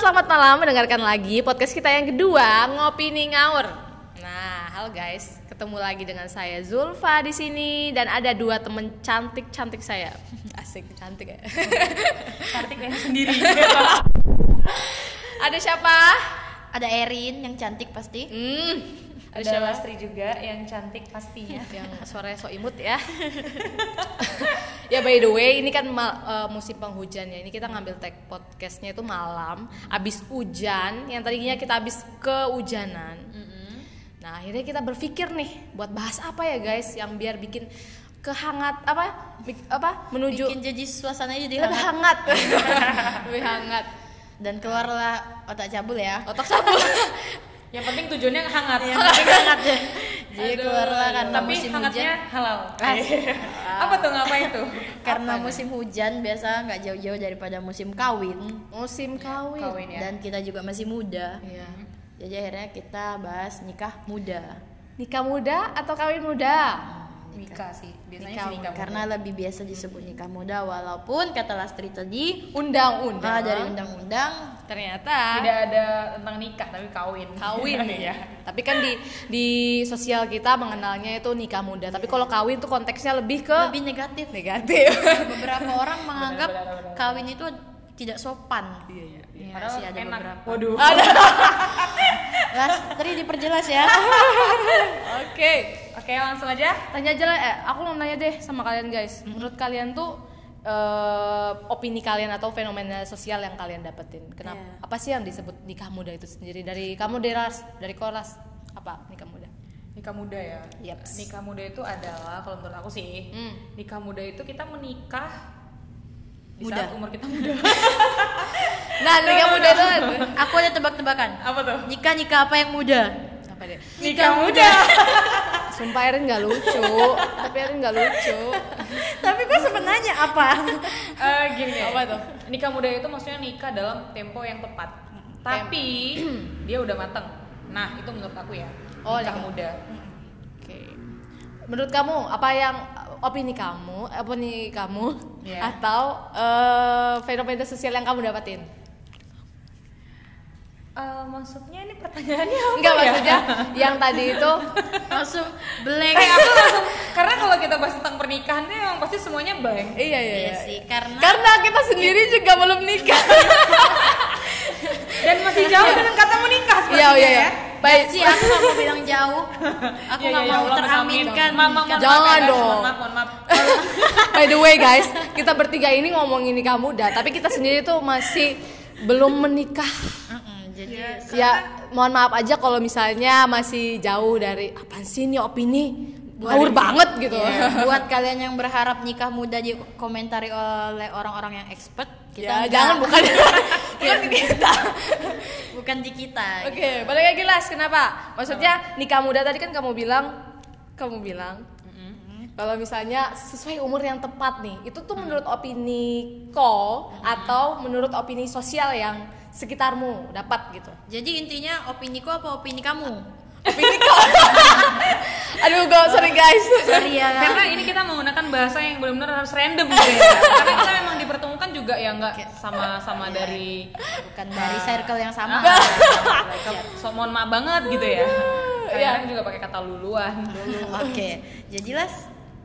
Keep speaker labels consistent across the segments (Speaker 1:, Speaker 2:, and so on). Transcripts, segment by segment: Speaker 1: selamat malam mendengarkan lagi podcast kita yang kedua ngopi nih ngaur. Nah, halo guys, ketemu lagi dengan saya Zulfa di sini dan ada dua temen cantik cantik saya. Asik cantik ya.
Speaker 2: cantik yang sendiri
Speaker 1: ada siapa?
Speaker 3: Ada Erin yang cantik pasti.
Speaker 1: Hmm, ada,
Speaker 2: ada
Speaker 1: siapa?
Speaker 2: Lastri juga yang cantik pastinya
Speaker 1: Yang suaranya so imut ya. ya by the way, ini kan mal- eh, musim penghujan ya. Ini kita ngambil tag podcastnya itu malam, abis hujan. Yang tadinya kita abis kehujanan. Nah akhirnya kita berpikir nih buat bahas apa ya guys yang biar bikin kehangat apa bik- apa menuju
Speaker 3: Bikin jadi suasana jadi
Speaker 1: lebih
Speaker 3: hangat
Speaker 1: hangat lebih hangat
Speaker 3: dan keluarlah otak cabul ya.
Speaker 1: otak cabul
Speaker 2: yang penting tujuannya hangat
Speaker 3: Yang penting hangat ya. Jadi
Speaker 2: Aduh,
Speaker 3: keluarlah karena
Speaker 2: tapi
Speaker 3: musim
Speaker 2: hangatnya
Speaker 3: hujan.
Speaker 2: halal apa tuh ngapain tuh
Speaker 3: Karena musim hujan biasa nggak jauh-jauh daripada musim kawin
Speaker 1: musim kawin,
Speaker 2: kawin ya
Speaker 3: dan kita juga masih muda.
Speaker 1: Iya.
Speaker 3: Jadi akhirnya kita bahas nikah muda.
Speaker 1: nikah muda atau kawin muda
Speaker 2: nikah sih biasanya
Speaker 3: Nikah
Speaker 2: sih nikah
Speaker 3: muda. karena lebih biasa disebut nikah muda walaupun kata Lastri tadi
Speaker 1: undang-undang
Speaker 3: ah, dari undang-undang
Speaker 1: ternyata
Speaker 2: tidak ada tentang nikah tapi kawin
Speaker 1: kawin
Speaker 2: ya
Speaker 1: tapi kan di di sosial kita mengenalnya itu nikah muda tapi kalau kawin tuh konteksnya lebih ke
Speaker 3: lebih negatif.
Speaker 1: negatif
Speaker 3: Beberapa orang menganggap
Speaker 2: benar, benar, benar.
Speaker 3: kawin itu tidak sopan.
Speaker 2: iya
Speaker 3: Iya,
Speaker 2: padahal
Speaker 3: sih ada
Speaker 2: enak
Speaker 3: beberapa.
Speaker 2: waduh
Speaker 3: Lastri diperjelas ya.
Speaker 1: oke
Speaker 2: oke langsung aja
Speaker 1: tanya aja lah eh, aku mau nanya deh sama kalian guys menurut kalian tuh eh, opini kalian atau fenomena sosial yang kalian dapetin kenapa
Speaker 3: Iya.
Speaker 1: apa sih yang disebut nikah muda itu sendiri dari kamu deras dari kolas apa nikah muda
Speaker 2: nikah muda ya
Speaker 1: Yaps.
Speaker 2: nikah muda itu adalah kalau menurut aku sih
Speaker 1: Hmm.
Speaker 2: nikah muda itu kita menikah di
Speaker 3: Muda.
Speaker 2: saat umur kita muda
Speaker 1: nah nikah muda itu
Speaker 3: kan? Aku ada tebak-tebakan.
Speaker 2: apa tuh
Speaker 3: Nikah nikah apa yang muda?
Speaker 1: apa deh
Speaker 2: nikah muda
Speaker 1: sumpah Erin nggak lucu tapi Erin nggak lucu
Speaker 3: Tapi kok sebenarnya apa?
Speaker 2: Eh, gini apa tuh nikah muda itu maksudnya nikah dalam tempo yang tepat tapi dia udah mateng nah itu menurut aku ya
Speaker 1: Oh, nikah.
Speaker 2: nikah muda
Speaker 1: oke menurut kamu apa yang opini kamu opini kamu
Speaker 2: Iya.
Speaker 1: atau eh, fenomena sosial yang kamu dapetin
Speaker 2: Eh, maksudnya ini pertanyaannya apa
Speaker 1: Enggak
Speaker 2: ya?
Speaker 1: maksudnya yang tadi itu Eh,
Speaker 3: Langsung blank.
Speaker 2: Kayak aku langsung karena kalau kita bahas tentang pernikahan tuh emang pasti semuanya blank
Speaker 1: iya iya,
Speaker 3: Iya
Speaker 1: iya.
Speaker 3: sih, karena
Speaker 1: Karena kita sendiri juga belum nikah.
Speaker 2: dan masih jauh dengan kata menikah
Speaker 1: Iya
Speaker 2: sepertinya ya.
Speaker 1: iya iya. Baik.
Speaker 3: sih aku nggak mau bilang jauh. Aku
Speaker 2: Iya,
Speaker 3: nggak
Speaker 2: iya,
Speaker 3: mau
Speaker 2: ulang,
Speaker 3: teraminkan.
Speaker 2: ulang. Maaf, maaf,
Speaker 3: nikah.
Speaker 2: maaf,
Speaker 1: Jangan
Speaker 2: ya, guys.
Speaker 1: dong.
Speaker 2: Mohon maaf, mohon maaf.
Speaker 1: By the way guys, kita bertiga ini ngomongin nikah muda, tapi kita sendiri tuh masih belum menikah.
Speaker 3: Mm-mm, Jadi
Speaker 1: Ya, mohon maaf aja kalau misalnya masih jauh dari apaan sih ini opini Gaur banget gitu.
Speaker 3: Iya, buat kalian yang berharap nikah muda dikomentari oleh orang-orang yang expert,
Speaker 1: Ya,
Speaker 3: kita nggak-
Speaker 1: jangan bukan bukan kita.
Speaker 3: bukan di kita.
Speaker 1: Oke, balik lagi Las, kenapa? Maksudnya nikah muda tadi kan kamu bilang kamu bilang kalau misalnya sesuai umur yang tepat nih, itu tuh menurut opini ko atau menurut opini sosial yang sekitarmu dapat gitu.
Speaker 3: Jadi intinya opini ku apa opini kamu?
Speaker 1: Opini ko. Aduh, gak sorry guys.
Speaker 3: Sorry
Speaker 1: nah.
Speaker 3: ya.
Speaker 2: Karena ini kita menggunakan bahasa yang benar-benar harus random gitu ya. Karena kita memang dipertemukan juga ya nggak sama-sama dari
Speaker 3: bukan dari
Speaker 1: Nah.
Speaker 3: circle yang sama.
Speaker 1: Ah.
Speaker 2: so, mohon maaf banget gitu ya. Kadang juga pakai kata luluan.
Speaker 3: Oke, jadilah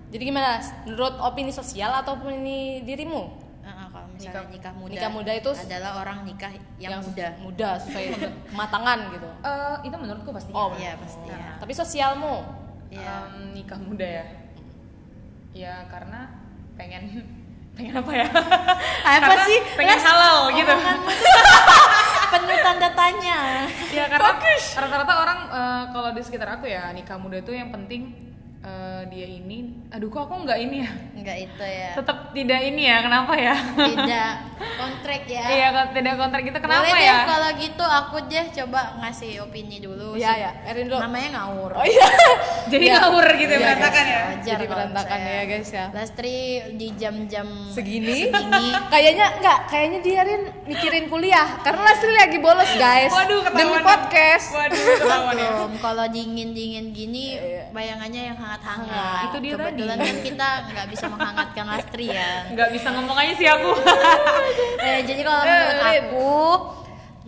Speaker 1: Jadi gimana? Las? Menurut opini sosial atau opini dirimu?
Speaker 3: Heeh, eh, kalau misalnya nikah, muda,
Speaker 1: nikah muda itu s-
Speaker 3: adalah orang nikah yang, muda.
Speaker 1: Muda sesuai kematangan gitu.
Speaker 2: Eh, itu menurutku pasti.
Speaker 1: Oh,
Speaker 3: Iya pasti ya.
Speaker 1: Tapi sosialmu?
Speaker 3: Iya.
Speaker 1: Ah.
Speaker 2: nikah muda ya. Ya karena pengen pengen apa ya?
Speaker 3: Apa
Speaker 2: Karena
Speaker 3: sih? oh,
Speaker 2: Pengen
Speaker 3: Las,
Speaker 2: halal gitu.
Speaker 3: omonganmu Penuh tanda tanya.
Speaker 2: ya karena rata-rata orang eh, kalau di sekitar aku ya nikah muda itu yang penting eh, dia ini aduh kok aku nggak ini ya
Speaker 3: Enggak itu ya.
Speaker 2: tetap tidak ini ya kenapa ya
Speaker 3: Tidak kontrak ya.
Speaker 2: iya kalau tidak kontrak gitu kenapa
Speaker 3: Boleh
Speaker 2: ya
Speaker 3: deh kalau gitu aku deh coba ngasih opini dulu.
Speaker 1: Iya ya, Erin dulu.
Speaker 3: Namanya ngawur.
Speaker 1: Oh iya.
Speaker 2: jadi ngawur gitu
Speaker 3: Iya,
Speaker 2: ya berantakan ya
Speaker 3: Wajar
Speaker 1: Jadi
Speaker 3: kalau
Speaker 1: berantakan
Speaker 3: saya.
Speaker 1: ya, guys, ya.
Speaker 3: Lastri di jam-jam
Speaker 1: Segini?
Speaker 3: segini
Speaker 1: kayaknya enggak kayaknya dia Rin mikirin kuliah karena Lastri lagi bolos guys
Speaker 2: waduh ketahuan
Speaker 1: demi podcast
Speaker 2: waduh ketahuan
Speaker 1: Iya.
Speaker 2: ya
Speaker 3: Belum, kalau dingin-dingin gini bayangannya yang hangat-hangat.
Speaker 2: Itu dia
Speaker 3: Kebetulan
Speaker 2: tadi.
Speaker 3: kan kita nggak bisa menghangatkan Lastri ya.
Speaker 2: nggak bisa ngomong aja sih aku
Speaker 1: Eh,
Speaker 3: Eh, jadi kalau menurut
Speaker 1: Rin.
Speaker 3: aku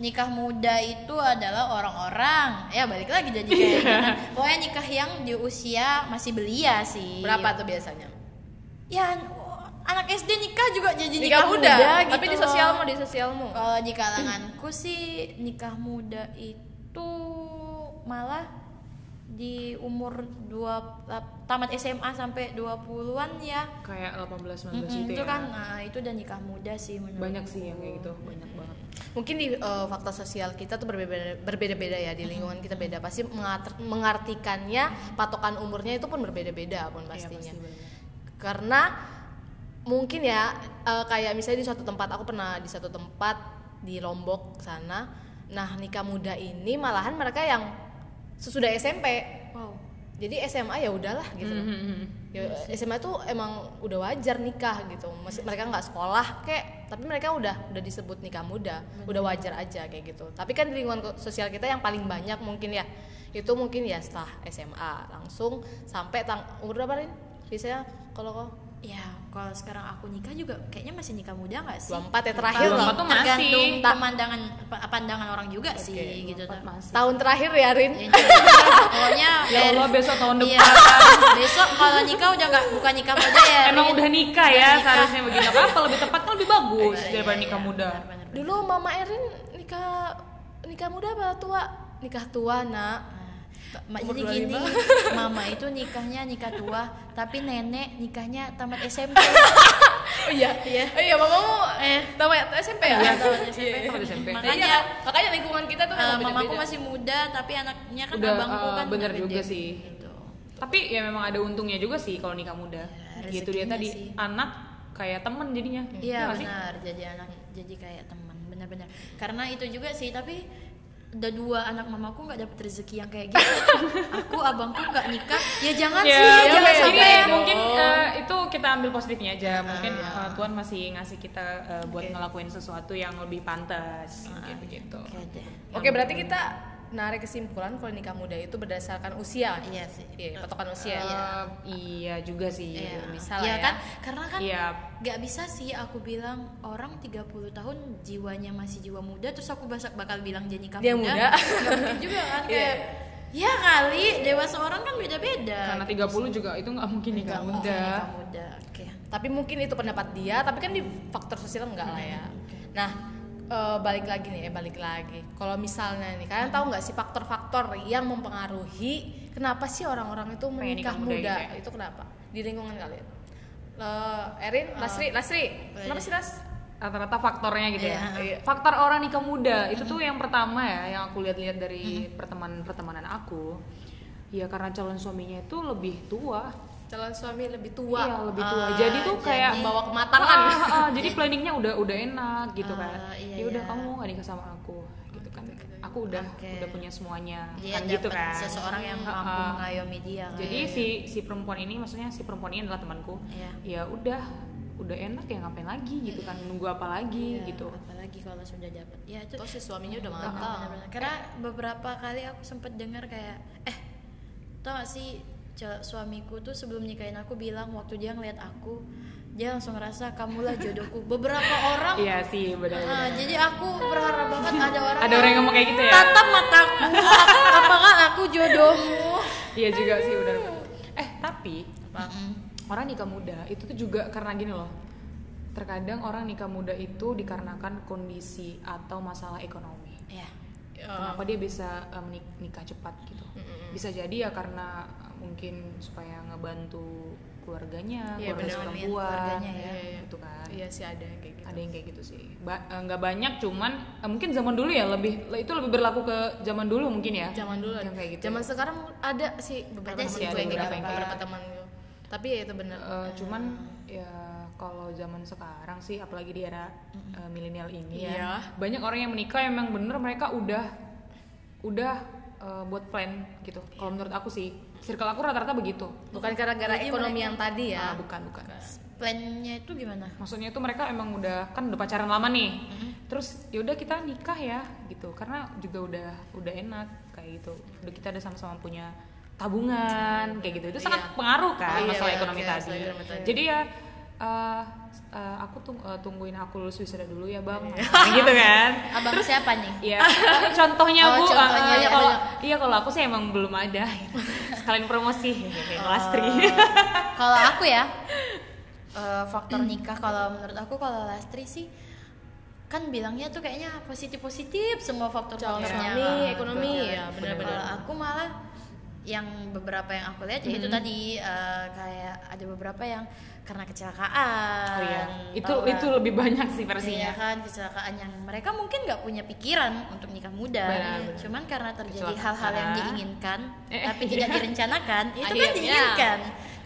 Speaker 3: nikah muda itu adalah orang-orang ya balik lagi jadi
Speaker 1: Iya.
Speaker 3: kayak gitu kan. pokoknya nikah yang di usia masih belia sih
Speaker 1: Berapa tuh biasanya?
Speaker 3: ya anak SD nikah juga jadi
Speaker 1: Nikah
Speaker 3: nikah,
Speaker 1: muda,
Speaker 3: gitu
Speaker 1: tapi di
Speaker 3: loh.
Speaker 1: sosialmu, di sosialmu.
Speaker 3: kalau di kalanganku sih nikah muda itu malah di umur dua tamat SMA sampai 20-an ya
Speaker 2: kayak 18 19
Speaker 3: Mm-mm,
Speaker 2: gitu
Speaker 3: itu
Speaker 2: ya.
Speaker 3: kan nah, itu udah nikah muda sih menurut
Speaker 2: banyak sih yang kayak gitu banyak banget
Speaker 3: Iya,
Speaker 1: Mungkin di eh, fakta sosial kita tuh berbeda- berbeda-beda ya di lingkungan kita beda. Pasti mengat- mengartikannya patokan umurnya itu pun berbeda-beda pun
Speaker 2: Iya,
Speaker 1: pastinya.
Speaker 2: pasti banyak.
Speaker 1: karena mungkin ya eh, kayak misalnya di suatu tempat aku pernah di suatu tempat di Lombok sana nah nikah muda ini malahan mereka yang sesudah SMP
Speaker 3: wow
Speaker 1: jadi SMA ya udahlah gitu loh.
Speaker 2: Mhm.
Speaker 1: Ya, SMA tuh emang udah wajar nikah gitu Masih, mereka nggak sekolah kayak tapi mereka udah udah disebut nikah muda udah wajar aja kayak gitu tapi kan di lingkungan ko- sosial kita yang paling banyak mungkin ya itu mungkin ya setelah SMA langsung sampai tang umur berapa Rin? biasanya kalau kau
Speaker 3: ya kalau sekarang aku nikah juga kayaknya masih nikah muda nggak sih
Speaker 1: 24 ya terakhir
Speaker 2: Tahun
Speaker 1: loh.
Speaker 2: Empat tuh masih.
Speaker 3: tergantung pemandangan pa- kan, pandangan orang juga sih gitu tuh.
Speaker 2: masih
Speaker 1: Tahun terakhir ya Rin.
Speaker 3: Ya, pokoknya
Speaker 2: ya Allah besok tahun
Speaker 3: Iya.
Speaker 2: depan
Speaker 3: besok kalau nikah udah nggak bukan nikah muda ya
Speaker 2: emang
Speaker 3: Rin.
Speaker 2: udah nikah ya
Speaker 3: Udah nikah.
Speaker 2: seharusnya begitu Nggak apa lebih tepat kan lebih bagus
Speaker 3: Iya,
Speaker 2: daripada
Speaker 3: iya,
Speaker 2: nikah
Speaker 3: iya,
Speaker 2: muda
Speaker 3: benar, benar, benar.
Speaker 1: Dulu Mama Erin nikah nikah muda apa tua? Nikah tua, Nak.
Speaker 3: Nah, Mak,
Speaker 1: Umur
Speaker 3: jadi gini, mama itu nikahnya nikah tua, tapi nenek nikahnya tamat SMP.
Speaker 1: Oh iya, iya. Oh iya, mamamu eh tamat SMP ya?
Speaker 2: Iya,
Speaker 3: tamat
Speaker 2: SMP. Tamat SMP.
Speaker 1: Makanya
Speaker 3: Makanya
Speaker 1: makanya lingkungan kita tuh
Speaker 3: eh,
Speaker 1: emang
Speaker 3: mamaku
Speaker 1: beda-beda.
Speaker 3: masih muda, tapi anaknya kan
Speaker 2: Udah,
Speaker 3: abangku
Speaker 2: eh,
Speaker 3: kan
Speaker 2: bener
Speaker 3: udah
Speaker 2: juga
Speaker 3: gede,
Speaker 2: sih.
Speaker 3: gitu.
Speaker 2: tapi ya memang ada untungnya juga sih kalau nikah muda
Speaker 3: Ya,
Speaker 2: gitu dia
Speaker 3: rezekinya
Speaker 2: tadi
Speaker 3: sih.
Speaker 2: anak kayak temen jadinya
Speaker 3: Iya
Speaker 2: nggak sih?
Speaker 3: benar, jadi anak jadi kayak teman, benar-benar. Karena itu juga sih, tapi ada dua anak mamaku nggak dapet rezeki yang kayak gitu. Aku abangku nggak nikah, ya jangan
Speaker 2: Ya,
Speaker 3: sih,
Speaker 2: ya,
Speaker 3: jangan
Speaker 2: ya,
Speaker 3: sampai. Oh. Ah.
Speaker 2: jadi
Speaker 1: dong.
Speaker 2: mungkin eh, itu kita ambil positifnya aja. Mungkin eh, Tuhan masih ngasih kita eh, buat ngelakuin sesuatu yang lebih pantas, mungkin begitu.
Speaker 3: Ah, Oke deh.
Speaker 1: Oke, berarti kita narik kesimpulan kalau nikah muda itu berdasarkan usia.
Speaker 3: Iya sih.
Speaker 1: Iya, patokan usia.
Speaker 2: Eh, iya juga sih.
Speaker 3: Iya,
Speaker 1: bisa lah
Speaker 3: Iya
Speaker 1: ya.
Speaker 3: kan? Karena kan
Speaker 2: Iya.
Speaker 3: nggak bisa sih aku bilang orang 30 tahun jiwanya masih jiwa muda terus aku basa- bakal bilang dia nikah
Speaker 1: Dia muda.
Speaker 3: Nggak mungkin juga kan
Speaker 1: Iya.
Speaker 3: kayak ya kali dewasa orang kan beda-beda.
Speaker 2: Karena 30 juga itu nggak mungkin nikah
Speaker 3: Nggak mungkin
Speaker 2: muda.
Speaker 3: nikah muda. Oke.
Speaker 1: tapi mungkin itu pendapat dia tapi kan di faktor sosial enggak lah ya nah eh, balik lagi nih eh balik lagi kalau misalnya nih kalian tahu nggak sih faktor-faktor yang mempengaruhi kenapa sih orang-orang itu menikah
Speaker 2: nikah muda
Speaker 1: muda,
Speaker 2: gitu ya?
Speaker 1: itu kenapa di lingkungan kalian Eh, Erin Lasri Lasri kenapa sih Las
Speaker 2: Rata-rata faktornya gitu ya.
Speaker 1: Iya.
Speaker 2: Faktor orang nikah muda itu tuh yang pertama ya, yang aku lihat-lihat dari pertemanan-pertemanan aku. Ya karena calon suaminya itu lebih tua.
Speaker 1: calon suami lebih
Speaker 2: Iya,
Speaker 1: tua Ah,
Speaker 2: lebih tua. jadi tuh kayak
Speaker 1: membawa kematangan
Speaker 2: Ah, ah, ah, jadi planningnya udah udah enak gitu kan.
Speaker 3: Ah, iya,
Speaker 2: ya udah
Speaker 3: iya.
Speaker 2: kamu gak nikah sama aku gitu kan. Aku udah
Speaker 3: Oke.
Speaker 2: udah punya semuanya
Speaker 3: Dia
Speaker 2: kan gitu
Speaker 3: Iya, dapet
Speaker 2: kan.
Speaker 3: seseorang yang
Speaker 2: Ah,
Speaker 3: mampu
Speaker 2: ah.
Speaker 3: mengayomi dia kan.
Speaker 2: Jadi si si perempuan ini maksudnya si perempuan ini adalah temanku.
Speaker 3: Iya.
Speaker 2: Ya udah udah enak ya ngapain lagi gitu kan nunggu apa lagi
Speaker 3: Iya,
Speaker 2: gitu.
Speaker 3: Apalagi kalau sudah dapat. Ya itu
Speaker 1: terus si suaminya udah
Speaker 3: Bener,
Speaker 1: matang
Speaker 3: bener. Karena beberapa kali aku sempet dengar kayak eh tau gak sih ce- suamiku tuh sebelum nikahin aku bilang waktu dia ngeliat aku dia langsung ngerasa kamulah jodohku. Beberapa orang
Speaker 2: Iya sih
Speaker 3: eh,
Speaker 2: benar.
Speaker 3: jadi aku berharap banget ada orang
Speaker 2: Ada orang yang ngomong kayak gitu ya.
Speaker 3: tatap mataku apakah aku jodohmu
Speaker 2: Iya juga sih benar. Eh tapi orang nikah muda itu tuh juga karena gini loh terkadang orang nikah muda itu dikarenakan kondisi atau masalah ekonomi
Speaker 3: ya
Speaker 1: Iya.
Speaker 2: kenapa dia bisa eh, menik- nikah cepat gitu
Speaker 1: Hmm.
Speaker 2: bisa jadi ya karena eh, mungkin supaya ngebantu keluarganya
Speaker 1: Iya,
Speaker 2: keluarga
Speaker 1: benar.
Speaker 2: perempuan
Speaker 3: Keluarganya ya.
Speaker 2: gitu kan
Speaker 1: iya sih ada yang kayak gitu
Speaker 2: ada yang kayak gitu sih Ba- eh, nggak banyak cuman eh, mungkin zaman dulu ya lebih itu lebih berlaku ke zaman dulu mungkin ya
Speaker 1: zaman
Speaker 3: Hmm,
Speaker 1: dulu
Speaker 2: yang kayak gitu
Speaker 1: zaman sekarang ada sih beberapa
Speaker 3: Ada
Speaker 1: temen
Speaker 3: sih,
Speaker 1: gue
Speaker 2: ada
Speaker 1: yang kayak gitu,
Speaker 2: beberapa yang
Speaker 1: beberapa teman gue. tapi ya itu benar
Speaker 2: Eh,
Speaker 1: Ah.
Speaker 2: cuman ya kalau zaman sekarang sih apalagi di era eh, milenial ini ya
Speaker 1: Iya.
Speaker 2: banyak orang yang menikah yang memang bener mereka udah udah eh, buat plan gitu
Speaker 1: Iya.
Speaker 2: kalau menurut aku sih circle aku rata-rata begitu
Speaker 1: bukan gara-gara ekonomi yang tadi ya
Speaker 2: Ah, bukan bukan
Speaker 3: plannya itu gimana
Speaker 2: maksudnya itu mereka emang udah kan udah pacaran lama nih
Speaker 3: Mm-hmm.
Speaker 2: terus yaudah kita nikah ya gitu karena juga udah udah enak kayak gitu udah kita udah sama-sama punya tabungan kayak gitu itu sangat pengaruh kan
Speaker 1: Iya,
Speaker 2: masalah
Speaker 1: iya,
Speaker 2: ekonomi
Speaker 1: iya,
Speaker 2: tadi
Speaker 1: masalah ekonomi tadi.
Speaker 2: jadi ya eh, eh, aku tung- eh, tungguin aku lulus wisuda dulu ya bang
Speaker 3: Iya.
Speaker 2: gitu kan
Speaker 3: Abang siapa nih?
Speaker 2: Iya, contohnya bu,
Speaker 3: Oh, contohnya,
Speaker 2: eh,
Speaker 3: iya,
Speaker 2: kalau
Speaker 3: iya.
Speaker 2: iya kalau aku sih emang belum ada, sekalian promosi,
Speaker 3: Oh,
Speaker 2: lastri.
Speaker 3: iya. Eh, kalau aku ya eh,
Speaker 2: Hmm.
Speaker 3: faktor nikah kalau menurut aku kalau Lastri sih kan bilangnya tuh kayaknya positif positif semua faktor
Speaker 1: Calon
Speaker 3: faktornya.
Speaker 1: suami,
Speaker 3: Nah,
Speaker 1: ekonomi,
Speaker 3: betul.
Speaker 1: ya, benar-benar.
Speaker 3: Kalau aku malah yang beberapa yang aku lihat ya itu
Speaker 2: Hmm.
Speaker 3: tadi eh, kayak ada beberapa yang karena kecelakaan.
Speaker 2: Oh iya, itu
Speaker 3: tawar.
Speaker 2: itu lebih banyak sih
Speaker 3: Iya
Speaker 2: versinya.
Speaker 3: kan kecelakaan yang mereka mungkin nggak punya pikiran untuk nikah muda, Iya,
Speaker 2: Benar, benar.
Speaker 3: cuman karena terjadi
Speaker 2: Kecelakaan.
Speaker 3: hal-hal yang diinginkan
Speaker 2: Eh,
Speaker 3: tapi
Speaker 2: iya.
Speaker 3: tidak direncanakan, itu kan
Speaker 1: Akhirnya.
Speaker 3: diinginkan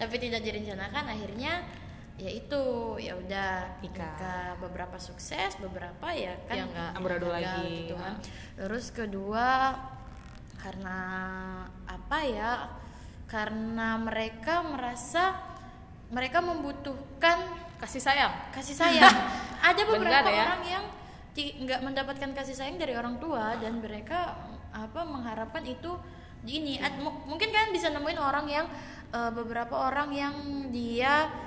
Speaker 3: tapi tidak direncanakan akhirnya ya itu ya udah
Speaker 2: Nikah.
Speaker 3: nikah. beberapa sukses beberapa ya
Speaker 1: Ya
Speaker 3: kan
Speaker 1: nggak.
Speaker 2: Amburadul
Speaker 3: gagal
Speaker 2: lagi.
Speaker 3: gitu kan. terus kedua karena apa ya karena mereka merasa mereka membutuhkan
Speaker 1: kasih sayang
Speaker 3: kasih sayang. Ada
Speaker 1: Benar
Speaker 3: beberapa
Speaker 1: ya.
Speaker 3: orang yang ti- nggak mendapatkan kasih sayang dari orang tua dan mereka apa mengharapkan itu di ini Ad- mu- mungkin kalian bisa nemuin orang yang eh, beberapa orang yang dia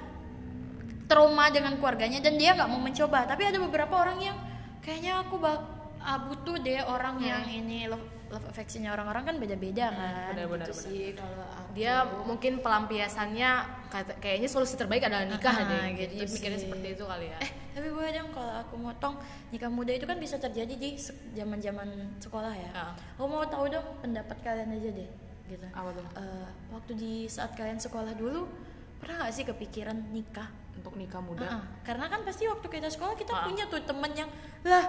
Speaker 3: trauma dengan keluarganya dan dia nggak mau mencoba tapi ada beberapa orang yang kayaknya aku bak ah, butuh deh orang yang ini love, love affectionnya orang-orang kan beda-beda kan
Speaker 2: benar-benar, Hmm. benar.
Speaker 3: gitu sih kalau aku.
Speaker 1: dia mungkin pelampiasannya kata- kayaknya solusi terbaik adalah nikah
Speaker 3: Ah,
Speaker 1: deh
Speaker 3: gitu
Speaker 1: jadi mikirnya
Speaker 3: sih.
Speaker 1: seperti itu kali ya
Speaker 3: Eh, tapi boleh dong kalau aku motong nikah muda itu kan bisa terjadi di sek- zaman-zaman sekolah ya.
Speaker 1: Ah.
Speaker 3: Aku mau tahu dong pendapat kalian aja deh, gitu.
Speaker 2: Apa tuh?
Speaker 3: Eh, waktu di saat kalian sekolah dulu pernah nggak sih kepikiran nikah?
Speaker 2: Untuk nikah muda.
Speaker 3: Ah, ah. Karena kan pasti waktu kita sekolah kita
Speaker 1: Ah.
Speaker 3: punya tuh temen yang lah,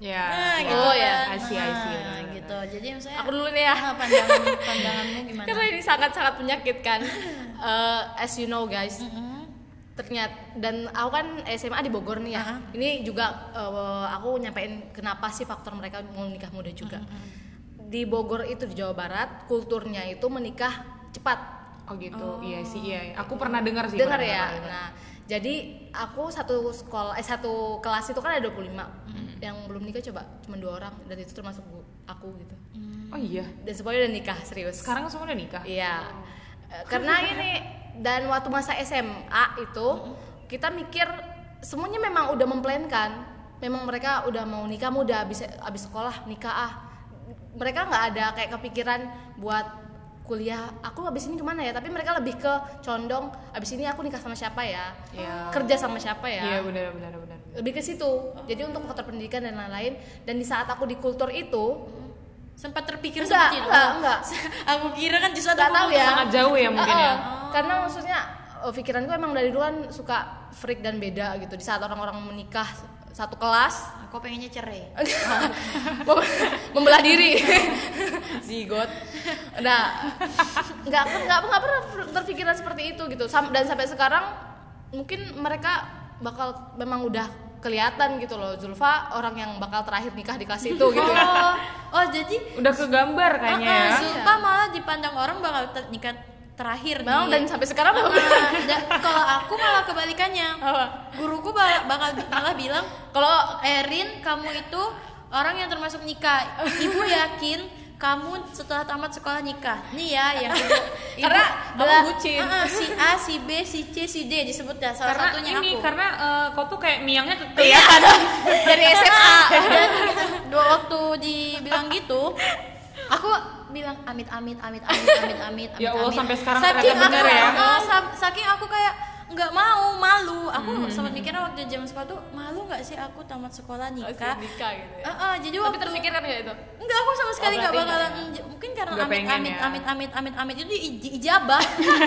Speaker 2: Ya.
Speaker 3: nah
Speaker 2: ya.
Speaker 3: gitu
Speaker 1: Oh,
Speaker 3: kan.
Speaker 1: ya.
Speaker 2: I see, ya. I see,
Speaker 3: Ah,
Speaker 2: benar-benar.
Speaker 3: gitu. Jadi maksudnya
Speaker 1: aku dulu nih ya
Speaker 3: ah, pandangan pandanganmu gimana?
Speaker 1: karena ini sangat-sangat menyakitkan Eh, as you know guys
Speaker 3: Mm-mm.
Speaker 1: ternyata dan aku kan SMA di Bogor nih ya
Speaker 3: Aha.
Speaker 1: ini juga eh, aku nyampein kenapa sih faktor mereka mau nikah muda juga di Bogor itu di Jawa Barat kulturnya itu menikah cepat
Speaker 2: Oh gitu, iya sih iya. Aku pernah dengar sih.
Speaker 1: dengar
Speaker 2: pernah
Speaker 1: ya
Speaker 2: dengar.
Speaker 1: nah jadi aku satu sekolah eh satu kelas itu kan ada 25 yang belum nikah coba cuma dua orang dan itu termasuk gu- aku gitu
Speaker 2: Oh iya.
Speaker 1: dan semuanya udah nikah serius
Speaker 2: Sekarang semua udah nikah.
Speaker 1: Iya. Eh, Karena ini dan waktu masa SMA itu kita mikir semuanya memang udah memplankan, memang mereka udah mau nikah muda abis abis sekolah nikah ah. Mereka nggak ada kayak kepikiran buat kuliah aku abis ini kemana ya tapi mereka lebih ke condong abis ini aku nikah sama siapa ya
Speaker 3: Oh,
Speaker 2: Iya.
Speaker 1: kerja sama siapa ya
Speaker 2: Iya benar benar benar. benar.
Speaker 1: lebih ke situ jadi untuk faktor pendidikan dan lain-lain dan di saat aku di kultur itu
Speaker 3: Sempat terpikir
Speaker 1: Enggak,
Speaker 3: seperti itu.
Speaker 1: enggak, enggak.
Speaker 3: aku kira kan justru
Speaker 1: Nggak
Speaker 3: aku
Speaker 1: tahu ya.
Speaker 2: Sangat jauh ya mungkin
Speaker 1: Eh,
Speaker 3: Oh,
Speaker 2: ya.
Speaker 1: eh, Karena maksudnya eh, pikiranku emang dari dulu kan suka freak dan beda gitu. Di saat orang-orang menikah satu kelas
Speaker 3: Aku pengennya cerai.
Speaker 1: mem- membelah diri zigot nah nggak nggak nggak pernah terpikiran seperti itu gitu Sam- dan sampai sekarang mungkin mereka bakal memang udah kelihatan gitu loh Zulfa orang yang bakal terakhir nikah di kelas itu gitu ya
Speaker 3: Oh, oh jadi
Speaker 2: Udah kegambar kayaknya.
Speaker 3: Ah, ah,
Speaker 2: ya.
Speaker 3: sumpah malah dipandang orang bakal ter- nikah terakhir
Speaker 1: Memang
Speaker 3: nih.
Speaker 1: dan sampai sekarang belum
Speaker 3: Ah, da- kalau aku malah kebalikannya. Guruku bakal, bakal bi- malah bilang, "Kalau Erin kamu itu orang yang termasuk nikah. Ibu yakin kamu setelah tamat sekolah nikah." Nih ya yang ibu, ibu-
Speaker 1: Karena kamu
Speaker 3: bela-
Speaker 1: bucin.
Speaker 3: Ah, ah, si A, si B, si C, si D disebut ya salah
Speaker 2: karena
Speaker 3: satunya
Speaker 2: ini
Speaker 3: aku.
Speaker 2: karena eh, kau tuh kayak miangnya tuh
Speaker 1: kelihatan dari SMA
Speaker 3: dan dua waktu dibilang gitu aku bilang amit amit amit amit amit amit
Speaker 2: Ya
Speaker 3: amit,
Speaker 2: Allah,
Speaker 3: amit.
Speaker 2: sampai sekarang
Speaker 3: saking
Speaker 2: ternyata benar
Speaker 3: aku,
Speaker 2: ya.
Speaker 3: ah, sa- saking aku kayak nggak mau malu aku
Speaker 2: Hmm,
Speaker 3: sempat mikirnya waktu zaman sekolah tuh malu nggak sih aku tamat
Speaker 2: Oh,
Speaker 3: sekolah nikah
Speaker 1: nikah gitu ya.
Speaker 3: Ah, ah, jadi
Speaker 1: tapi
Speaker 3: waktu
Speaker 1: terpikirkan nggak itu
Speaker 3: Enggak, aku sama sekali
Speaker 1: Oh,
Speaker 3: nggak
Speaker 1: berarti
Speaker 3: bakalan mungkin karena
Speaker 2: ya. Nggak
Speaker 3: amit
Speaker 2: pengen
Speaker 3: amit,
Speaker 2: ya.
Speaker 3: amit amit amit amit itu di, di ijabah.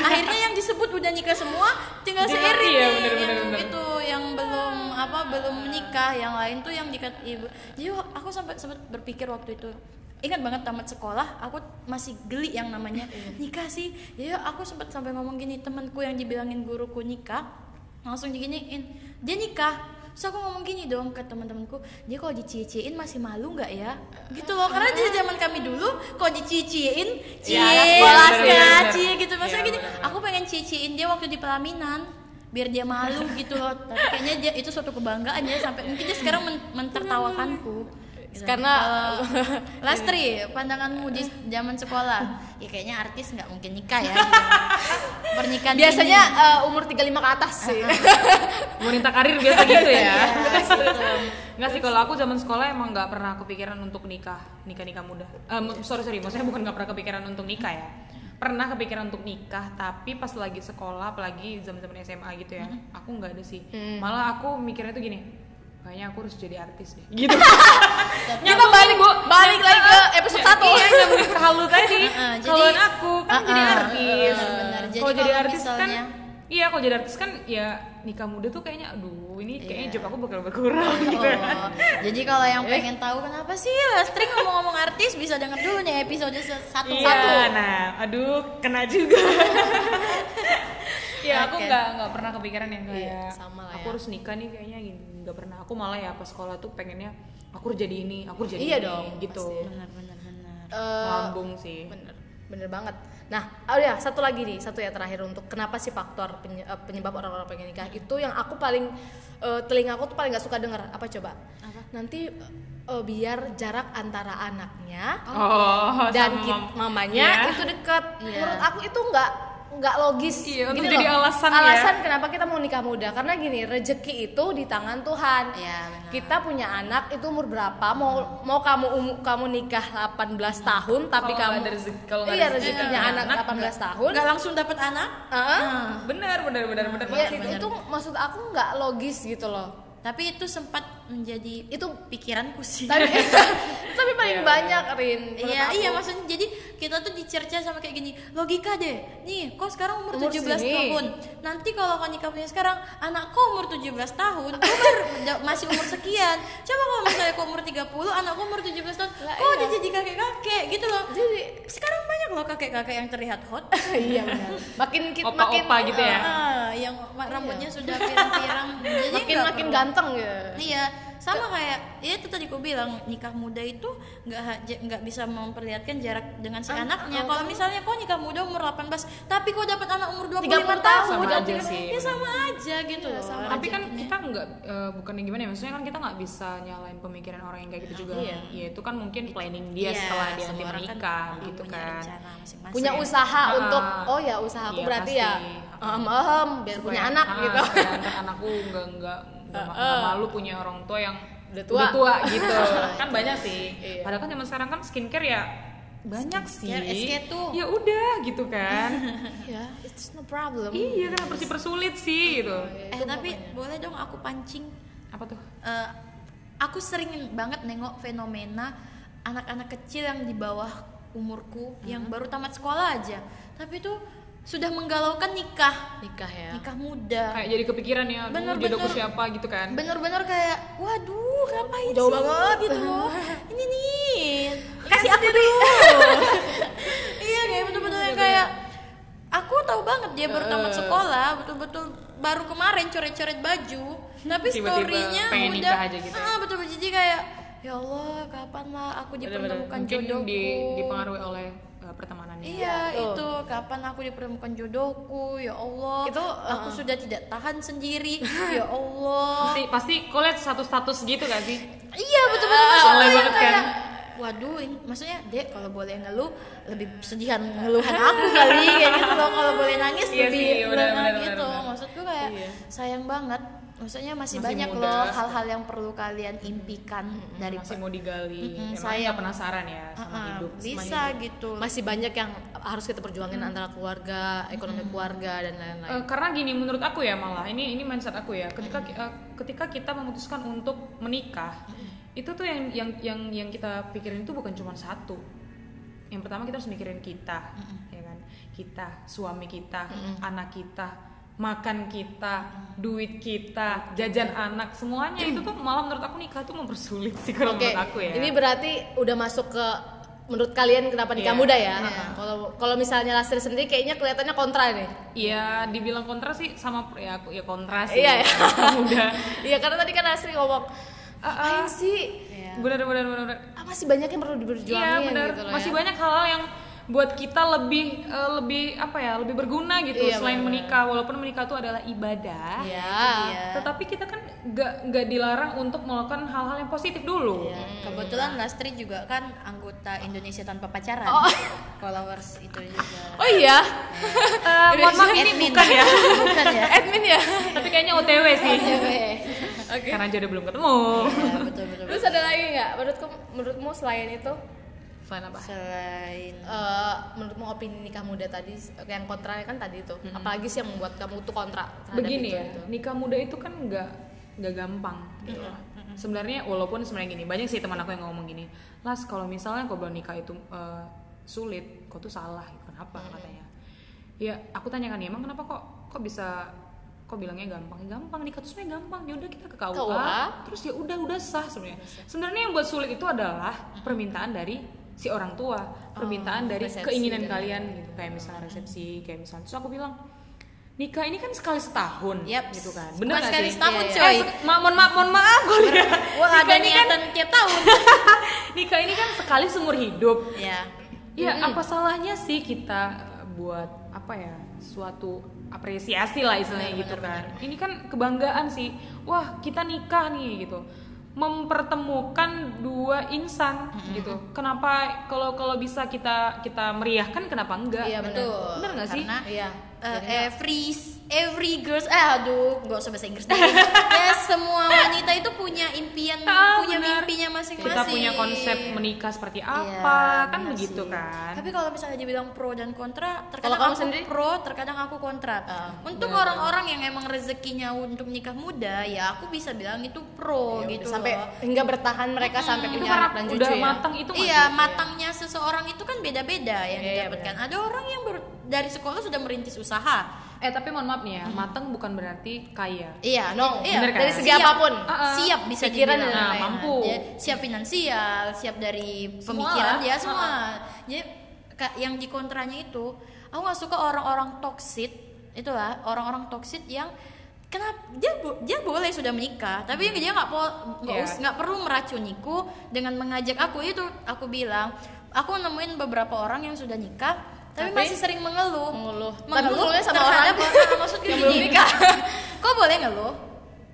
Speaker 3: Akhirnya yang disebut udah nikah semua tinggal
Speaker 2: Jadi
Speaker 3: seiring
Speaker 2: iya,
Speaker 3: nih,
Speaker 2: bener, bener,
Speaker 3: yang
Speaker 2: bener.
Speaker 3: itu yang belum apa belum menikah, yang lain tuh yang dikat ibu. Jadi aku sampai sempat berpikir waktu itu Ingat banget tamat sekolah, aku masih geli yang namanya
Speaker 2: Iya.
Speaker 3: nikah sih. Jadi aku sempat sampai ngomong gini, temanku yang dibilangin guruku nikah, langsung diginiin dia nikah so aku ngomong gini dong ke teman-temanku dia kalau diciciein masih malu nggak ya gitu loh karena di zaman kami dulu kalau diciciein cie
Speaker 1: Ya, anak
Speaker 2: Iya, sekolah,
Speaker 3: cie,
Speaker 2: bener-bener.
Speaker 3: cie gitu maksudnya
Speaker 2: Iya,
Speaker 3: gini
Speaker 2: bener-bener.
Speaker 3: aku pengen ciciein dia waktu di pelaminan biar dia malu gitu loh tapi kayaknya dia itu suatu kebanggaan ya sampai mungkin dia sekarang men- mentertawakanku
Speaker 1: Karena-
Speaker 3: Kalau Lastri, pandanganmu di zaman sekolah, ya kayaknya artis nggak mungkin nikah ya. Pernikahan
Speaker 1: Biasanya
Speaker 3: dini.
Speaker 1: eh, umur 35 ke atas sih.
Speaker 2: wanita karir biasa gitu ya
Speaker 3: Iya, gitu.
Speaker 2: Nggak sih kalau aku zaman sekolah emang nggak pernah kepikiran untuk nikah nikah nikah muda Eh, mu- sorry sorry maksudnya bukan nggak pernah kepikiran untuk nikah ya pernah kepikiran untuk nikah tapi pas lagi sekolah apalagi zaman zaman SMA gitu ya
Speaker 3: Mm-hmm.
Speaker 2: aku nggak ada sih malah aku mikirnya tuh gini kayaknya aku harus jadi artis deh gitu
Speaker 1: Kita balik balik lagi ke episode
Speaker 2: satu
Speaker 1: 1.
Speaker 2: ya nyambung ke halu tadi
Speaker 3: Heeh, jadi-
Speaker 2: kalau aku kan jadi
Speaker 3: Heeh,
Speaker 2: artis
Speaker 3: benar. Jadi
Speaker 2: kalau jadi
Speaker 3: kalau
Speaker 2: artis kan
Speaker 3: misalnya-
Speaker 2: iya kalau jadi artis kan ya nikah muda tuh kayaknya aduh ini kayaknya
Speaker 3: Iya.
Speaker 2: job aku bakal berkurang gitu
Speaker 3: Oh, jadi kalau yang pengen tahu kenapa sih Lastri ngomong-ngomong artis bisa denger dulu nih episode se- satu-satu.
Speaker 2: Iya, nah, aduh, kena juga. Iya, aku
Speaker 3: Oke.
Speaker 2: nggak nggak pernah kepikiran yang kayak
Speaker 1: Iya, sama lah
Speaker 2: aku
Speaker 1: ya.
Speaker 2: harus nikah nih kayaknya gini nggak pernah. Aku malah ya pas sekolah tuh pengennya aku harus jadi ini, aku harus jadi
Speaker 1: Iya
Speaker 2: ini,
Speaker 1: dong,
Speaker 2: gitu.
Speaker 3: Benar benar benar.
Speaker 1: Eh,
Speaker 2: Lambung sih.
Speaker 1: bener bener banget nah oh ya satu lagi nih satu ya terakhir untuk kenapa sih faktor penye- eh, penyebab orang-orang pengen nikah itu yang aku paling eh, telinga aku tuh paling gak suka denger apa coba nanti eh, eh, biar jarak antara anaknya
Speaker 2: Oh,
Speaker 1: dan
Speaker 2: sama
Speaker 1: kit-
Speaker 2: mam-
Speaker 1: mamanya
Speaker 2: Iya.
Speaker 1: itu dekat
Speaker 3: Iya.
Speaker 1: menurut aku itu nggak nggak logis
Speaker 2: Iya, untuk
Speaker 1: Gini
Speaker 2: jadi
Speaker 1: loh,
Speaker 2: alasan ya.
Speaker 1: alasan kenapa kita mau nikah muda karena gini rezeki itu di tangan Tuhan
Speaker 3: Iya, benar.
Speaker 1: kita punya anak itu umur berapa mau mau kamu umu- kamu nikah 18 tahun tapi kamu
Speaker 2: Kalau nggak Oh, ada rezeki- kalau nggak
Speaker 1: iya
Speaker 2: ada rezeki
Speaker 1: rezekinya
Speaker 2: punya
Speaker 1: anak
Speaker 2: anak,
Speaker 1: 18 tahun
Speaker 3: Nggak langsung dapat anak?
Speaker 1: Heeh.
Speaker 3: Ah.
Speaker 2: Benar, benar, benar, benar
Speaker 1: Iya,
Speaker 2: banget itu.
Speaker 1: itu maksud aku nggak logis gitu loh
Speaker 3: Tapi itu sempat menjadi itu pikiranku sih.
Speaker 1: tapi
Speaker 2: Iya,
Speaker 1: tapi paling banyak Rin menurut
Speaker 3: Iya,
Speaker 1: aku.
Speaker 3: iya maksudnya jadi kita tuh dicerca sama kayak gini. Logika deh. Nih, kok sekarang umur,
Speaker 1: Umur
Speaker 3: 17
Speaker 1: segini.
Speaker 3: tahun. Nanti kalau kau nikah punya sekarang, anak kau umur 17 tahun, kau baru da- masih umur sekian. Coba kalau misalnya kau umur 30, anak kau umur 17 tahun,
Speaker 1: Lah,
Speaker 3: kok
Speaker 1: iya.
Speaker 3: udah jadi kakek-kakek gitu loh.
Speaker 1: jadi
Speaker 3: Sekarang banyak loh kakek-kakek yang terlihat hot.
Speaker 1: iya benar makin kit- makin
Speaker 2: Opa-opa gitu ya.
Speaker 3: Ah, yang
Speaker 1: Iya.
Speaker 3: rambutnya sudah pirang-pirang. jadi
Speaker 1: makin
Speaker 3: nggak
Speaker 1: makin
Speaker 3: perlu.
Speaker 1: ganteng ya
Speaker 3: Iya, sama kayak ya itu tadi aku bilang nikah muda itu nggak ha- j- nggak bisa memperlihatkan jarak dengan
Speaker 2: Ah,
Speaker 3: si anaknya. Kalau misalnya kau nikah muda umur 18, tapi kau dapat anak umur 25
Speaker 1: 30
Speaker 3: tahun,
Speaker 2: Sama
Speaker 3: udah
Speaker 2: aja
Speaker 3: tiga-
Speaker 2: sih,
Speaker 3: Ya sama aja gitu loh. Sama
Speaker 2: tapi
Speaker 3: aja
Speaker 2: kan
Speaker 3: jadinya.
Speaker 2: kita nggak eh, bukannya gimana ya maksudnya kan kita nggak bisa nyalain pemikiran orang yang kayak gitu juga
Speaker 1: Iya.
Speaker 2: ya itu kan mungkin planning dia
Speaker 3: Iya,
Speaker 2: setelah dia
Speaker 3: semua
Speaker 2: nanti
Speaker 3: orang kan
Speaker 2: menikah
Speaker 3: punya
Speaker 2: gitu kan
Speaker 3: rencana masing-masing. Eh,
Speaker 1: punya usaha
Speaker 2: Ah.
Speaker 1: untuk oh ya usaha aku
Speaker 2: Iya,
Speaker 1: berarti
Speaker 2: pasti.
Speaker 1: ya em em, biar
Speaker 2: Supaya-
Speaker 1: punya anak
Speaker 2: ah,
Speaker 1: gitu
Speaker 2: supaya ntar anakku nggak nggak nggak ma- nggak malu punya orang tua yang
Speaker 1: Udah tua.
Speaker 2: gitu kan banyak sih
Speaker 1: Iya.
Speaker 2: padahal kan zaman sekarang kan skincare ya banyak
Speaker 3: Skincare,
Speaker 2: sih
Speaker 3: SK tuh.
Speaker 2: ya udah gitu kan
Speaker 1: ya it's no problem
Speaker 2: iya kan harus dipersulit sih gitu
Speaker 3: Eh tapi boleh dong aku pancing.
Speaker 2: apa tuh
Speaker 3: Eh, aku sering banget nengok fenomena anak-anak kecil yang di bawah umurku yang
Speaker 2: Hmm.
Speaker 3: baru tamat sekolah aja, tapi tuh sudah menggalaukan nikah.
Speaker 1: nikah ya
Speaker 3: nikah
Speaker 2: Iya.
Speaker 3: muda
Speaker 2: kayak jadi kepikiran ya aduh
Speaker 3: Bener-bener.
Speaker 2: jodohku siapa gitu kan
Speaker 3: bener-bener kayak waduh ngapain
Speaker 1: Jauh
Speaker 3: sih
Speaker 1: banget.
Speaker 3: gitu loh ini nih
Speaker 2: Kan
Speaker 1: kasih aku dulu
Speaker 3: iya kayak betul-betul yang kayak aku tahu banget dia baru tamat sekolah betul-betul baru kemarin coret-coret baju tapi
Speaker 2: Tiba-tiba
Speaker 3: storynya
Speaker 2: pengen
Speaker 3: udah
Speaker 2: nikah aja gitu ya.
Speaker 3: ah betul betul jadi kayak ya Allah kapan lah aku dipertemukan
Speaker 2: mungkin
Speaker 3: jodohku
Speaker 2: di, dipengaruhi oleh eh, pertemanannya
Speaker 3: Iya
Speaker 1: Tuh.
Speaker 3: itu kapan aku dipertemukan jodohku ya Allah
Speaker 1: Itu,
Speaker 3: aku sudah tidak tahan sendiri ya Allah
Speaker 2: pasti pasti kau lihat satu status gitu gak sih
Speaker 3: Iya betul-betul maksudnya
Speaker 2: Alay
Speaker 3: yang
Speaker 2: banget kan?
Speaker 3: kayak, Waduh, ini- maksudnya Dek kalau boleh ngeluh lebih sedihan ngeluhan aku kali kayak gitu loh kalau boleh nangis
Speaker 2: Iya
Speaker 3: lebih
Speaker 2: sih, benar,
Speaker 3: ngeluhan
Speaker 2: benar,
Speaker 3: gitu.
Speaker 2: benar, benar.
Speaker 3: Maksudku kayak sayang banget. Maksudnya masih,
Speaker 2: Masih
Speaker 3: banyak
Speaker 2: muda.
Speaker 3: loh hal-hal yang perlu kalian impikan dari
Speaker 2: masih mau digali Emang
Speaker 3: Mm-mm, sayang.
Speaker 2: nggak penasaran ya sama
Speaker 3: Ah,
Speaker 2: hidup sama
Speaker 3: bisa
Speaker 2: hidup.
Speaker 3: gitu.
Speaker 1: masih banyak yang harus kita perjuangin
Speaker 2: Hmm.
Speaker 1: antara keluarga ekonomi keluarga dan lain-lain
Speaker 2: Eh, karena gini menurut aku ya malah ini ini mindset aku ya ketika ki- eh, ketika kita memutuskan untuk menikah itu tuh yang yang yang yang kita pikirin itu bukan cuma satu yang pertama kita harus mikirin kita ya kan kita suami kita anak kita makan kita duit kita jajan anak semuanya itu tuh malah menurut aku nikah tuh mempersulit sih kalau
Speaker 1: Oke,
Speaker 2: menurut aku ya
Speaker 1: ini berarti udah masuk ke menurut kalian kenapa nikah
Speaker 2: Iya.
Speaker 1: muda ya?
Speaker 2: Iya.
Speaker 1: Kalau kalau misalnya Lastri sendiri kayaknya kelihatannya kontra nih.
Speaker 2: Iya, dibilang kontra sih sama ya aku ya kontra sih.
Speaker 1: Iya, iya.
Speaker 2: Udah.
Speaker 1: Iya karena tadi kan Lastri ngomong,
Speaker 2: Ah,
Speaker 1: apain sih? Iya.
Speaker 2: Benar benar benar. benar.
Speaker 1: Ah, masih banyak yang perlu
Speaker 2: Iya,
Speaker 1: diperjuangin
Speaker 2: benar.
Speaker 1: gitu loh.
Speaker 2: Masih
Speaker 1: ya.
Speaker 2: banyak hal-hal yang buat kita lebih eh, lebih apa ya lebih berguna gitu
Speaker 1: Iya,
Speaker 2: selain
Speaker 1: benar.
Speaker 2: menikah walaupun menikah itu adalah ibadah
Speaker 1: Iya.
Speaker 3: Iya.
Speaker 2: tetapi kita kan gak nggak dilarang untuk melakukan hal-hal yang positif dulu
Speaker 3: Iya, kebetulan Lastri juga kan anggota Indonesia tanpa pacaran. Followers itu juga.
Speaker 1: Oh iya,
Speaker 2: Eh, mohon maaf ini bukan ya
Speaker 3: bukan ya.
Speaker 1: admin ya. Iya,
Speaker 2: tapi kayaknya OTW sih
Speaker 1: Oke.
Speaker 2: karena jodoh belum ketemu
Speaker 3: Iya, betul betul.
Speaker 1: Terus ada lagi nggak? Menurutku, menurutmu selain itu,
Speaker 2: selain apa
Speaker 3: Selain
Speaker 1: eh, menurutmu opini nikah muda tadi yang kontra kan tadi itu, apalagi sih yang membuat kamu tuh kontra? terhadap
Speaker 2: begini
Speaker 1: itu,
Speaker 2: ya
Speaker 1: gitu?
Speaker 2: nikah muda itu kan nggak nggak gampang gitu lah. sebenarnya walaupun sebenarnya gini banyak sih teman aku yang ngomong gini las kalau misalnya kau belum nikah itu eh, sulit kau tuh salah kenapa katanya ya aku tanyakan emang kenapa kok kok bisa kok bilangnya gampang Ya, gampang nikah tuh sebenarnya gampang ya udah kita ke KUA,
Speaker 1: KUA.
Speaker 2: terus ya udah udah sah sebenarnya sebenarnya yang buat sulit itu adalah permintaan dari si orang tua permintaan Oh, dari
Speaker 1: resepsi dan-
Speaker 2: keinginan kalian gitu kayak misalnya resepsi kayak misalnya terus aku bilang nikah ini kan sekali setahun
Speaker 3: Yap.
Speaker 2: gitu kan
Speaker 3: Cuma
Speaker 2: bener nggak
Speaker 3: sekali
Speaker 2: sih?
Speaker 3: setahun,
Speaker 2: Iya,
Speaker 3: coy.
Speaker 2: iya. eh, ma- mohon maaf mohon maaf gue lihat
Speaker 3: Wah, ada
Speaker 2: ini kan
Speaker 3: niatan tiap tahun.
Speaker 2: nikah ini kan sekali seumur hidup
Speaker 3: ya.
Speaker 2: ya apa salahnya sih kita eh, buat apa ya suatu apresiasi lah istilahnya
Speaker 3: Benar,
Speaker 2: gitu
Speaker 3: benar,
Speaker 2: kan ini kan kebanggaan sih wah kita nikah nih gitu mempertemukan dua insan gitu kenapa kalau kalau bisa kita kita meriahkan kenapa enggak
Speaker 1: Iya, benar.
Speaker 3: Betul.
Speaker 2: Bener nggak sih?
Speaker 3: Karena
Speaker 1: Iya.
Speaker 3: eh, every every girls ah, aduh, nggak usah bahasa Inggris deh. ya semua wanita itu punya impian,
Speaker 2: Ah,
Speaker 3: punya
Speaker 2: benar.
Speaker 3: mimpinya masing-masing.
Speaker 2: kita punya konsep menikah seperti
Speaker 3: Iya,
Speaker 2: apa kan
Speaker 3: benar
Speaker 2: begitu
Speaker 3: sih.
Speaker 2: kan
Speaker 3: Tapi kalau misalnya dibilang pro dan kontra, terkadang
Speaker 1: Kalau kamu
Speaker 3: aku
Speaker 1: sendiri?
Speaker 3: pro, terkadang aku kontra.
Speaker 1: Ah,
Speaker 3: untuk orang-orang yang emang rezekinya untuk nikah muda, ya aku bisa bilang itu pro
Speaker 1: Ya udah,
Speaker 3: gitu
Speaker 1: sampai
Speaker 3: loh.
Speaker 1: hingga bertahan mereka sampai
Speaker 2: itu
Speaker 1: punya
Speaker 2: karena
Speaker 1: anak dan cucu
Speaker 2: udah
Speaker 1: ya.
Speaker 2: matang itu nggak
Speaker 3: Iya,
Speaker 2: sih?
Speaker 3: matangnya seseorang itu kan beda-beda yang
Speaker 1: Iya,
Speaker 3: didapatkan. Ada orang yang baru dari sekolah sudah merintis usaha.
Speaker 2: eh tapi mohon maaf
Speaker 1: Hmm.
Speaker 2: nih ya matang bukan berarti kaya
Speaker 3: Iya,
Speaker 1: No,
Speaker 3: iya,
Speaker 2: bener kan?
Speaker 1: dari segi
Speaker 3: siap.
Speaker 1: apapun.
Speaker 2: Ah, ah.
Speaker 3: siap bisa
Speaker 1: Pikiran
Speaker 3: dibilang.
Speaker 1: dan
Speaker 2: lain-lain. mampu.
Speaker 3: Dia siap finansial, siap dari
Speaker 2: Semua
Speaker 3: pemikiran
Speaker 2: lah.
Speaker 3: dia
Speaker 2: Ah,
Speaker 3: semua. Jadi ka- yang dikontranya itu, aku nggak suka orang-orang toksit. Itulah orang-orang toksit yang kenapa dia bo- dia boleh sudah menikah, tapi dia nggak po- nggak
Speaker 2: Iya.
Speaker 3: us- nggak perlu meracuniku dengan mengajak aku itu. Aku bilang, aku nemuin beberapa orang yang sudah nikah, tapi,
Speaker 1: Tapi-
Speaker 3: masih sering mengeluh.
Speaker 1: Mengeluh. Tapi
Speaker 3: Mengeluh
Speaker 1: mengeluhnya sama
Speaker 3: terhadap
Speaker 1: orang
Speaker 3: maksud
Speaker 1: yang
Speaker 3: gini.
Speaker 1: belum nikah.
Speaker 3: Kok boleh ngeluh?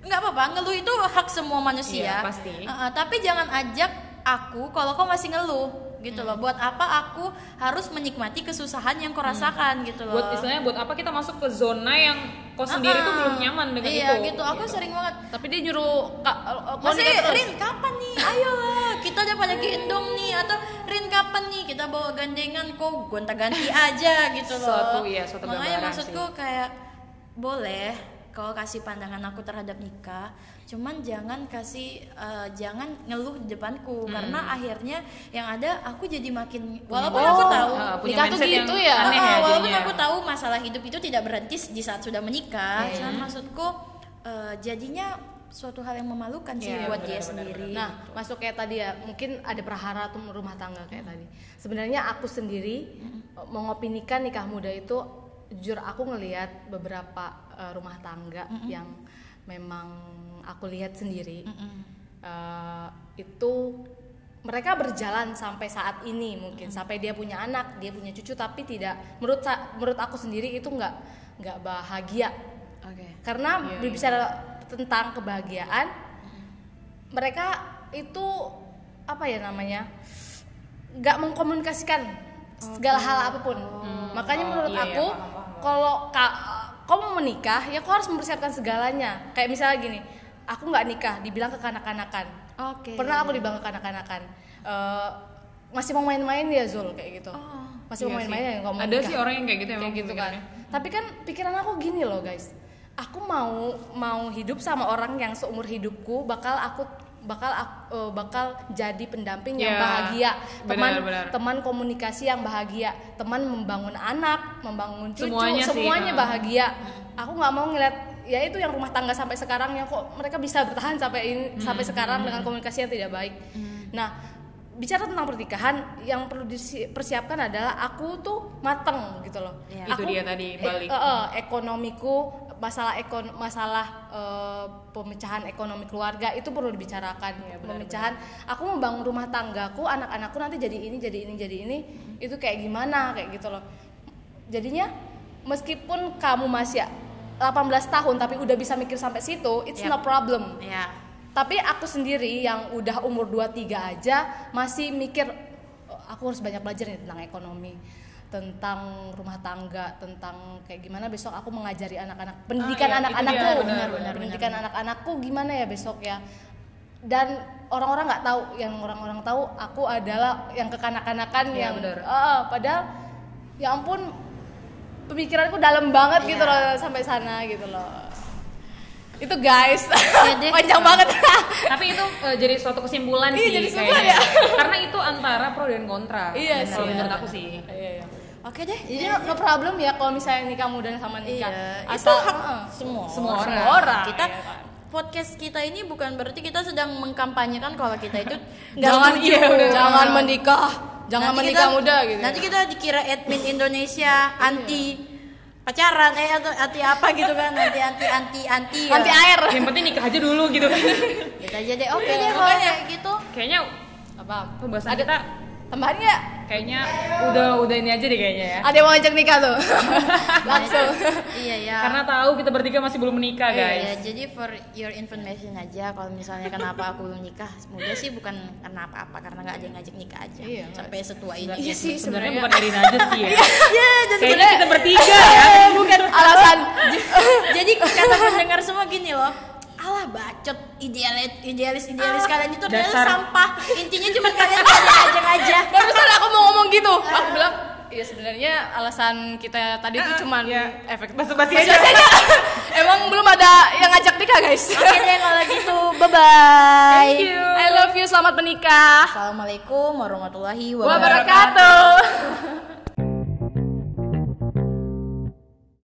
Speaker 3: Nggak apa-apa, ngeluh itu hak semua manusia.
Speaker 2: Iya, pasti.
Speaker 3: Uh-uh, tapi jangan ajak aku kalau kau masih ngeluh gitu
Speaker 2: Hmm.
Speaker 3: loh. Buat apa aku harus menikmati kesusahan yang kau rasakan gitu loh.
Speaker 2: buat istilahnya buat apa kita masuk ke zona yang kau sendiri
Speaker 3: Uh-uh.
Speaker 2: tuh belum nyaman dengan
Speaker 3: iya,
Speaker 2: itu
Speaker 3: gitu. Aku sering banget
Speaker 1: Tapi dia nyuruh kak,
Speaker 3: masih Rin kapan nih? Ayolah, kita udah pada gendong nih atau Rin kapan nih? Kita bawa gandengan kok gonta-ganti aja gitu loh.
Speaker 2: Suatu, iya, suatu
Speaker 3: Makanya
Speaker 2: gambaran
Speaker 3: maksudku kayak boleh kau kasih pandangan aku terhadap nikah, cuman jangan kasih eh, jangan ngeluh di depanku
Speaker 2: Hmm.
Speaker 3: karena akhirnya yang ada aku jadi makin Oh, walaupun aku
Speaker 1: Oh,
Speaker 3: tahu
Speaker 2: uh, punya
Speaker 1: nikah tuh
Speaker 2: mindset yang
Speaker 1: gitu ya.
Speaker 2: aneh
Speaker 3: Ah,
Speaker 2: ya
Speaker 3: walaupun
Speaker 2: jadinya.
Speaker 3: aku tahu masalah hidup itu tidak berhenti di saat sudah menikah
Speaker 1: Iya.
Speaker 3: cuman maksudku eh, jadinya suatu hal yang memalukan sih
Speaker 1: Iya,
Speaker 3: buat
Speaker 2: benar,
Speaker 3: dia
Speaker 2: benar,
Speaker 3: sendiri
Speaker 1: Nah, masuk kayak tadi ya, mungkin ada perhara tuh rumah tangga kayak tadi. Sebenarnya aku sendiri eh, mengopinikan nikah muda itu jujur aku ngelihat beberapa eh, rumah tangga yang memang aku lihat sendiri eh, itu mereka berjalan sampai saat ini mungkin sampai dia punya anak, dia punya cucu tapi tidak menurut sa- menurut aku sendiri itu nggak nggak bahagia
Speaker 3: oke
Speaker 1: karena
Speaker 2: Iya,
Speaker 1: berbicara tentang kebahagiaan mereka itu apa ya namanya nggak mengkomunikasikan segala hal apapun makanya
Speaker 2: Oh,
Speaker 1: menurut
Speaker 2: iya, iya,
Speaker 1: aku
Speaker 2: paham, paham.
Speaker 1: kalau ka, kau mau menikah ya kau harus mempersiapkan segalanya kayak misalnya gini aku nggak nikah dibilang ke kanak-kanakan
Speaker 3: oke
Speaker 1: pernah aku dibilang ke kanak-kanakan "Eh, masih mau main-main ya Zul kayak gitu
Speaker 3: Oh,
Speaker 1: masih mau
Speaker 2: Iya sih.
Speaker 1: main-main ya nggak mau
Speaker 2: ada
Speaker 1: nikah."
Speaker 2: sih orang yang kayak gitu emang
Speaker 1: kayak gitu kan
Speaker 2: pemikirannya.
Speaker 1: tapi kan pikiran aku gini loh guys aku mau mau hidup sama orang yang seumur hidupku bakal aku bakal ak- eh, bakal jadi pendamping yang
Speaker 2: Ya,
Speaker 1: bahagia teman
Speaker 2: benar-benar.
Speaker 1: teman komunikasi yang bahagia teman membangun anak membangun cucu
Speaker 2: Semuanya sih, Ah.
Speaker 1: semuanya
Speaker 2: ha.
Speaker 1: bahagia aku nggak mau ngeliat ya itu yang rumah tangga sampai sekarang yang kok mereka bisa bertahan sampai ini
Speaker 2: Hmm,
Speaker 1: sampai sekarang dengan komunikasi yang tidak baik nah bicara tentang pernikahan yang perlu dipersiapkan adalah aku eh, tuh mateng gitu loh
Speaker 3: Iya.
Speaker 2: Itu dia tadi, balik.
Speaker 1: eh, eh, ekonomiku masalah ekon masalah eh, pemecahan ekonomi keluarga itu perlu dibicarakan ya pemecahan aku membangun rumah tanggaku anak-anakku nanti jadi ini jadi ini jadi ini itu kayak gimana kayak gitu loh jadinya meskipun kamu masih 18 tahun tapi udah bisa mikir sampai situ it's
Speaker 3: Yap.
Speaker 1: no problem
Speaker 3: ya
Speaker 1: tapi aku sendiri yang udah umur 23 aja masih mikir "Oh, aku harus banyak belajar nih tentang ekonomi, tentang rumah tangga, tentang kayak gimana besok aku mengajari anak-anak pendidikan
Speaker 2: iya, itu
Speaker 1: anak-anakku,
Speaker 2: dia, benar, benar,
Speaker 1: pendidikan anak-anakku gimana ya besok ya. Dan orang-orang nggak tahu, yang orang-orang tahu aku adalah yang kekanak-kanakan
Speaker 2: Iya,
Speaker 1: yang
Speaker 2: benar.
Speaker 1: Eh, padahal ya ampun pemikiranku dalam banget gitu
Speaker 3: Iya.
Speaker 1: loh sampai sana gitu loh. Itu guys,
Speaker 3: Iya deh.
Speaker 1: panjang banget.
Speaker 2: tapi itu eh, jadi suatu kesimpulan
Speaker 1: Iya,
Speaker 2: sih
Speaker 1: jadi kesimpulan ya.
Speaker 2: kayaknya. karena itu antara pro dan kontra
Speaker 1: Iya sih,
Speaker 2: kalau
Speaker 1: iya.
Speaker 2: menurut aku sih
Speaker 1: Iya, iya.
Speaker 3: oke deh
Speaker 1: Jadi no, no problem ya kalau misalnya nikah muda dan sama nikah.
Speaker 3: Iya, itu
Speaker 1: Asal
Speaker 3: hak
Speaker 1: Heeh.
Speaker 3: semua,
Speaker 1: Semua
Speaker 3: orang.
Speaker 1: orang.
Speaker 3: Kita
Speaker 1: Iya, Pak.
Speaker 3: podcast kita ini bukan berarti kita sedang mengkampanyekan kalau kita itu nggak
Speaker 1: jangan
Speaker 3: setuju.
Speaker 1: iya,
Speaker 3: Bener.
Speaker 1: jangan menikah, jangan
Speaker 3: Nanti
Speaker 1: menikah
Speaker 3: kita-
Speaker 1: muda gitu. Iya.
Speaker 3: Nanti kita dikira admin Indonesia anti pacaran eh atau anti apa gitu kan nanti anti anti anti ya.
Speaker 1: anti air.
Speaker 2: Iya. yang penting nikah aja dulu gitu kan
Speaker 3: Gitu aja deh. Oke
Speaker 1: Iya,
Speaker 3: deh kalau
Speaker 1: makanya.
Speaker 3: kayak gitu.
Speaker 2: kayaknya
Speaker 1: Apa?
Speaker 2: pembahasan kita
Speaker 1: Tambahan nggak?
Speaker 2: kayaknya udah udah ini aja deh kayaknya ya
Speaker 1: Ada yang mau ajak nikah tuh? Langsung.
Speaker 3: Iya ya.
Speaker 2: karena tahu kita bertiga masih belum menikah guys
Speaker 3: Iya, jadi for your information aja kalau misalnya kenapa aku belum nikah, semoga sih bukan karena apa-apa karena nggak ada yang ngajak nikah aja.
Speaker 1: Iya, nggak-
Speaker 3: Sampai setua ini.
Speaker 1: Iya sih
Speaker 2: sebenarnya
Speaker 1: sebenarnya.
Speaker 2: bukan Erina aja sih ya
Speaker 3: Iya, jadi
Speaker 2: kayaknya kita bertiga ya
Speaker 1: Eh, bukan alasan.
Speaker 3: jadi kata pendengar semua gini loh. Ah, Alah bacot idealis idealis idealis kalian itu adalah
Speaker 2: Dasar.
Speaker 3: sampah. Intinya cuma kalian nggak ada yang ngajak aja.
Speaker 1: Barusan aku mau ngomong gitu. Aku bilang, ya sebenarnya alasan kita tadi itu cuman Iya.
Speaker 2: ya efek basa-basi
Speaker 1: Masih
Speaker 2: aja
Speaker 1: aja. Ah, iya. Emang belum ada yang ngajak nikah, guys.
Speaker 3: Oke deh kalau gitu, bye bye.
Speaker 2: Thank you.
Speaker 1: I love you, selamat menikah.
Speaker 3: Assalamualaikum warahmatullahi wabarakatuh.
Speaker 1: Wabarakatuh.